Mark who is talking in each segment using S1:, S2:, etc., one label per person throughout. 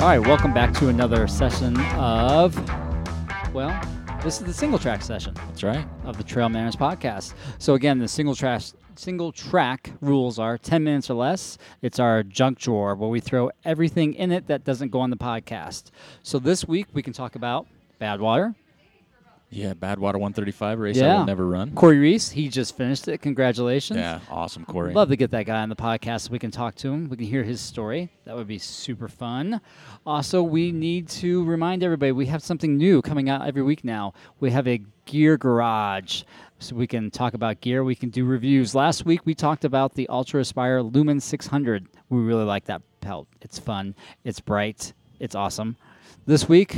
S1: All right, welcome back to another session of, well, this is the single track session
S2: That's right.
S1: of the Trail Manners podcast. So again, the single track single track rules are 10 minutes or less. It's our junk drawer where we throw everything in it that doesn't go on the podcast. So this week we can talk about Bad Water.
S2: Yeah, Badwater 135 race I
S1: Yeah.
S2: will never run.
S1: Corey Reese, he just finished it. Congratulations.
S2: Yeah, awesome, Corey.
S1: Love to get that guy on the podcast so we can talk to him. We can hear his story. That would be super fun. Also, we need to remind everybody we have something new coming out every week now. We have a gear garage so we can talk about gear. We can do reviews. Last week we talked about the Ultra Aspire Lumen 600. We really like that pelt. It's fun, it's bright, it's awesome. This week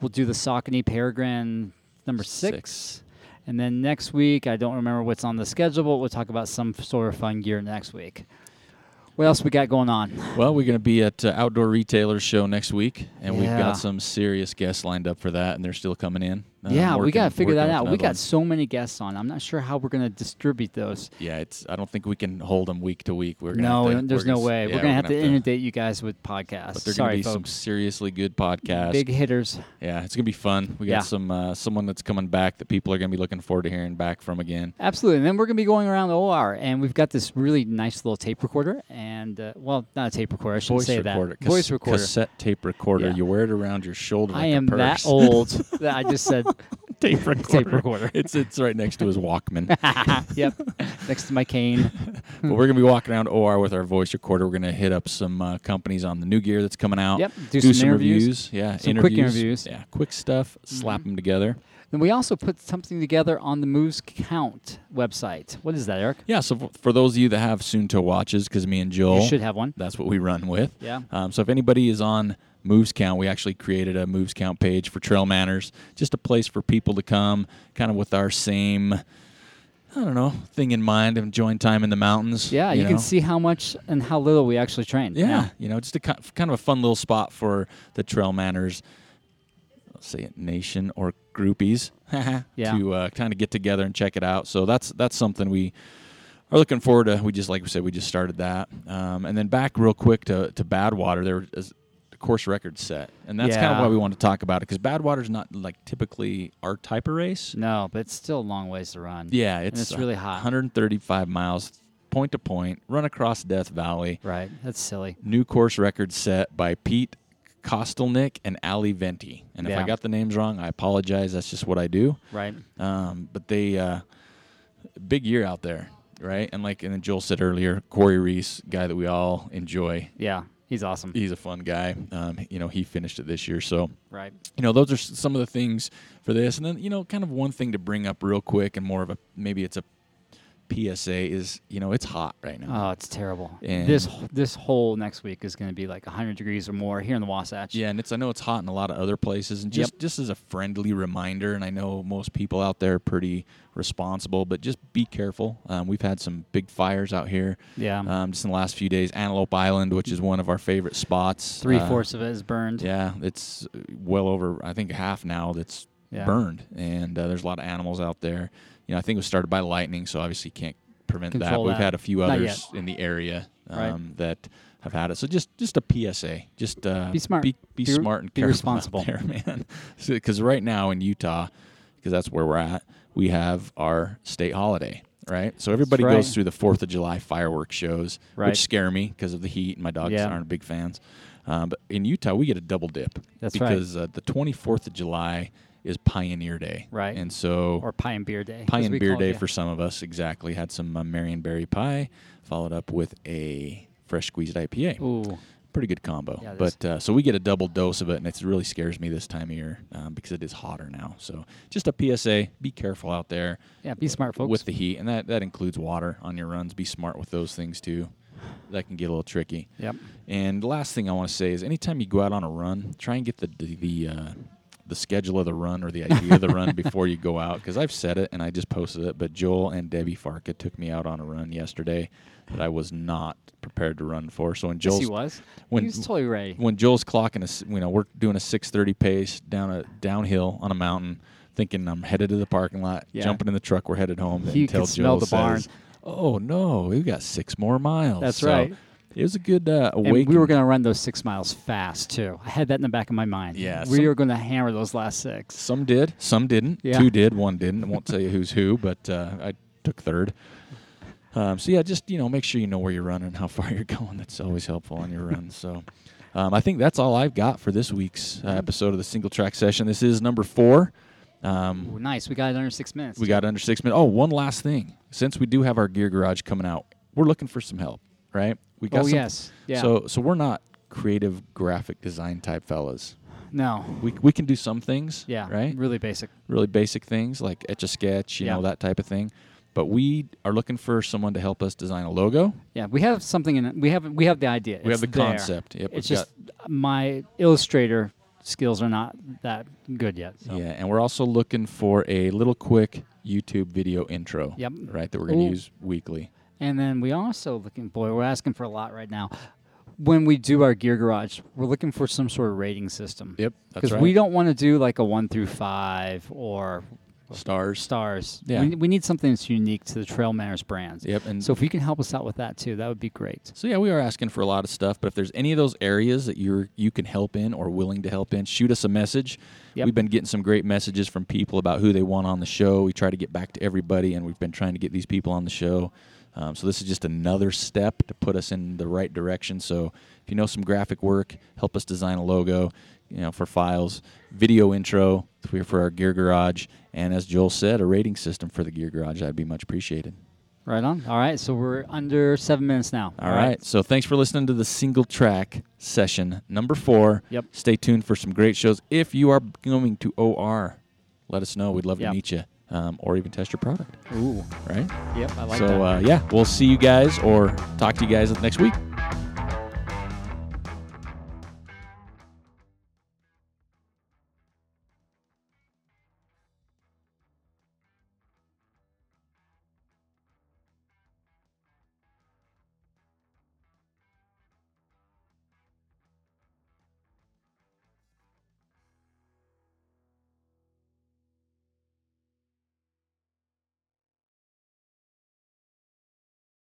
S1: we'll do the Saucony Peregrine number six.
S2: Six.
S1: And then next week, I don't remember what's on the schedule, but we'll talk about some f- sort of fun gear next week. What else we got going on?
S2: Well, we're going to be at uh, Outdoor Retailers Show next week, and we've
S1: Yeah.
S2: got some serious guests lined up for that, and they're still coming in. Uh,
S1: yeah, we
S2: working-
S1: got to figure that
S2: working with
S1: out. We
S2: another
S1: got
S2: one.
S1: so many guests on. I'm not sure how we're going to distribute those.
S2: Yeah, it's. I don't think we can hold them week to week. We're gonna
S1: No,
S2: have to-
S1: there's
S2: we're gonna
S1: no
S2: s-
S1: way.
S2: yeah,
S1: we're going to have to
S2: gonna
S1: inundate you guys with podcasts.
S2: But they're
S1: Sorry,
S2: going to be some
S1: folks.
S2: seriously good podcasts.
S1: Big hitters.
S2: Yeah, it's going to be fun. We got
S1: Yeah.
S2: some uh, someone that's coming back that people are going to be looking forward to hearing back from again.
S1: Absolutely. And then we're going to be going around the OR, and we've got this really nice little tape recorder. And, uh, well, not a tape recorder. I shouldn't
S2: Voice
S1: say
S2: recorder,
S1: that. Voice
S2: cas-
S1: recorder.
S2: cassette tape recorder.
S1: Yeah.
S2: You wear it around your shoulder.
S1: I
S2: like a
S1: am that
S2: purse.
S1: old that I just said
S2: tape recorder.
S1: tape recorder.
S2: It's it's right next to his Walkman.
S1: yep. Next to my cane.
S2: but we're gonna be walking around OR with our voice recorder. We're gonna hit up some uh, companies on the new gear that's coming out.
S1: Yep, do some interviews.
S2: Yeah,
S1: Some
S2: interviews.
S1: quick interviews. Mm-hmm.
S2: Yeah, quick stuff. Slap them together.
S1: Then we also put something together on the Moves Count website. What is that, Eric?
S2: Yeah. So f- for those of you that have Sunto watches, because me and Joel,
S1: You should have one.
S2: that's what we run with.
S1: Yeah.
S2: Um, so if anybody is on Moves Count, we actually created a Moves Count page for Trail Manners, just a place for people to come, kind of with our same, I don't know, thing in mind, enjoying time in the mountains.
S1: Yeah, you,
S2: know?
S1: can see how much and how little we actually train.
S2: Yeah, you know, just a ki- kind of a fun little spot for the trail manners. I'll say it, nation or groupies,
S1: Yeah.
S2: to uh, kind of get together and check it out. So that's that's something we are looking forward to. We just like we said, we just started that, um, and then back real quick to to Badwater. There is a course record set, and that's kind of
S1: Yeah.
S2: why we want to talk about it because Badwater's not like typically our type of race.
S1: No, but it's still a long ways to run.
S2: Yeah,
S1: And
S2: it's,
S1: it's really hot.
S2: 135 miles, point to point, run across Death Valley
S1: Right. That's silly.
S2: new course record set by Pete Kostelnik and Ali Venti. And if
S1: Yeah.
S2: I got the names wrong, I apologize. That's just what I do.
S1: Right.
S2: Um, but they uh, big year out there, right? And like and then Joel said earlier, Corey Reese, guy that we all enjoy.
S1: Yeah. He's awesome.
S2: He's a fun guy. Um, you know, he finished it this year, so
S1: Right.
S2: you know those are s- some of the things for this and then you know kind of one thing to bring up real quick and more of a maybe it's a psa is you know it's hot right
S1: Oh,
S2: now
S1: it's terrible.
S2: And-
S1: this this whole next week is going to be like 100 degrees or more here in the Wasatch.
S2: Yeah, and it's I know it's hot in a lot of other places, and just
S1: Yep.
S2: just as a friendly reminder, and I know most people out there are pretty responsible, but just be careful. Um, we've had some big fires out here,
S1: Yeah.
S2: um, just in the last few days. Antelope Island, which is one of our favorite spots,
S1: Three
S2: uh,
S1: fourths of it is burned.
S2: yeah, it's uh, well over I think half now that's
S1: Yeah.
S2: burned, and uh, there's a lot of animals out there. You know, I think it was started by lightning, so obviously can't prevent that.
S1: Control
S2: We've
S1: that.
S2: had a few
S1: Not
S2: others in the area um,
S1: Right.
S2: that have had it. So just just a PSA, just uh,
S1: Be smart.
S2: be,
S1: Be
S2: be,
S1: re-
S2: smart, and
S1: be
S2: careful out
S1: responsible.
S2: there, man. Because right now in Utah, because that's where we're at, we have our state holiday. Right, so everybody
S1: right.
S2: goes through the Fourth of July fireworks shows,
S1: Right.
S2: which scare me because of the heat. and My dogs
S1: Yeah.
S2: aren't big fans, um, but in Utah we get a double dip
S1: That's right.
S2: because uh, the 24th of July is Pioneer Day.
S1: Right.
S2: And so
S1: Or pie and beer day. as
S2: Pie
S1: we
S2: and Beer
S1: call it,
S2: Day
S1: yeah.
S2: for some of us, exactly. Had some uh, Marion Berry Pie, followed up with a fresh squeezed IPA.
S1: Ooh.
S2: Pretty good combo.
S1: Yeah, it is.
S2: but uh, so we get a double dose of it, and it really scares me this time of year um, because it is hotter now. So just a PSA be careful out there
S1: Yeah. Be smart, folks.
S2: with the heat, and that, that includes water on your runs. Be smart with those things too. That can get a little tricky.
S1: Yep.
S2: And the last thing I want to say is, anytime you go out on a run, try and get the the the, uh, the schedule of the run or the idea of the run before you go out. Because I've said it and I just posted it, but Joel and Debbie Farka took me out on a run yesterday that I was not prepared to run for. So when
S1: Yes,
S2: Joel's
S1: he was.
S2: when-
S1: he was totally ready.
S2: when Joel's clocking us, you know, we're doing a 6:30 pace down a downhill on a mountain, thinking I'm headed to the parking lot,
S1: Yeah.
S2: jumping in the truck, we're headed home.
S1: He
S2: until
S1: could smell
S2: Joel
S1: the barn.
S2: says, "Oh no, we've got six more miles."
S1: That's
S2: So
S1: right.
S2: It was a good uh,
S1: And
S2: awakening.
S1: we were going to run those six miles fast too. I had that in the back of my mind.
S2: Yeah,
S1: we
S2: some-
S1: were going to hammer those last six.
S2: some did, some didn't.
S1: Yeah.
S2: Two did, one didn't. I won't tell you who's who, but uh, I took third. Um, so yeah, just you know, make sure you know where you're running, how far you're going. That's always helpful on your run. So, um, I think that's all I've got for this week's uh, episode of the single track session. This is number four. Um,
S1: Ooh, nice. We got it under six minutes.
S2: We got under six minutes. Oh, one last thing. Since we do have our gear garage coming out, we're looking for some help, right? We
S1: Oh,
S2: got some-
S1: yes. Yeah.
S2: So so we're not creative graphic design type fellas.
S1: no.
S2: We we can do some things.
S1: Yeah.
S2: Right.
S1: Really basic.
S2: Really basic things like etch a sketch, you
S1: Yeah.
S2: know that type of thing. But we are looking for someone to help us design a logo.
S1: Yeah, we have something in it. We have we have the idea.
S2: We have
S1: It's
S2: the
S1: there.
S2: concept. Yep,
S1: it's
S2: we've
S1: just my illustrator skills are not that good yet. So.
S2: Yeah, and we're also looking for a little quick YouTube video intro.
S1: Yep.
S2: Right, that we're gonna
S1: Ooh.
S2: use weekly.
S1: And then we also looking boy, we're asking for a lot right now. When we do our gear garage, we're looking for some sort of rating system.
S2: Yep, that's
S1: Because
S2: right.
S1: we don't want to do like a one through five or
S2: stars.
S1: stars.
S2: Yeah.
S1: We, we need something that's unique to the Trail Manners brands.
S2: Yep, and
S1: So if you can help us out with that too, that would be great.
S2: So yeah, we are asking for a lot of stuff, but if there's any of those areas that you're you can help in or willing to help in, shoot us a message.
S1: Yep.
S2: We've been getting some great messages from people about who they want on the show. We try to get back to everybody, and we've been trying to get these people on the show. Um, so this is just another step to put us in the right direction. So if you know some graphic work, help us design a logo, you know, for files, video intro for for our Gear Garage, and as Joel said, a rating system for the Gear Garage. That'd be much appreciated.
S1: Right on. All right. So we're under seven minutes now.
S2: All right. So thanks for listening to the single track session number four.
S1: Yep.
S2: Stay tuned for some great shows. If you are going to OR, let us know. We'd love
S1: Yep.
S2: to meet you um, or even test your product.
S1: Ooh.
S2: All right.
S1: Yep. I like
S2: so,
S1: that.
S2: Uh, yeah, we'll see you guys or talk to you guys next week.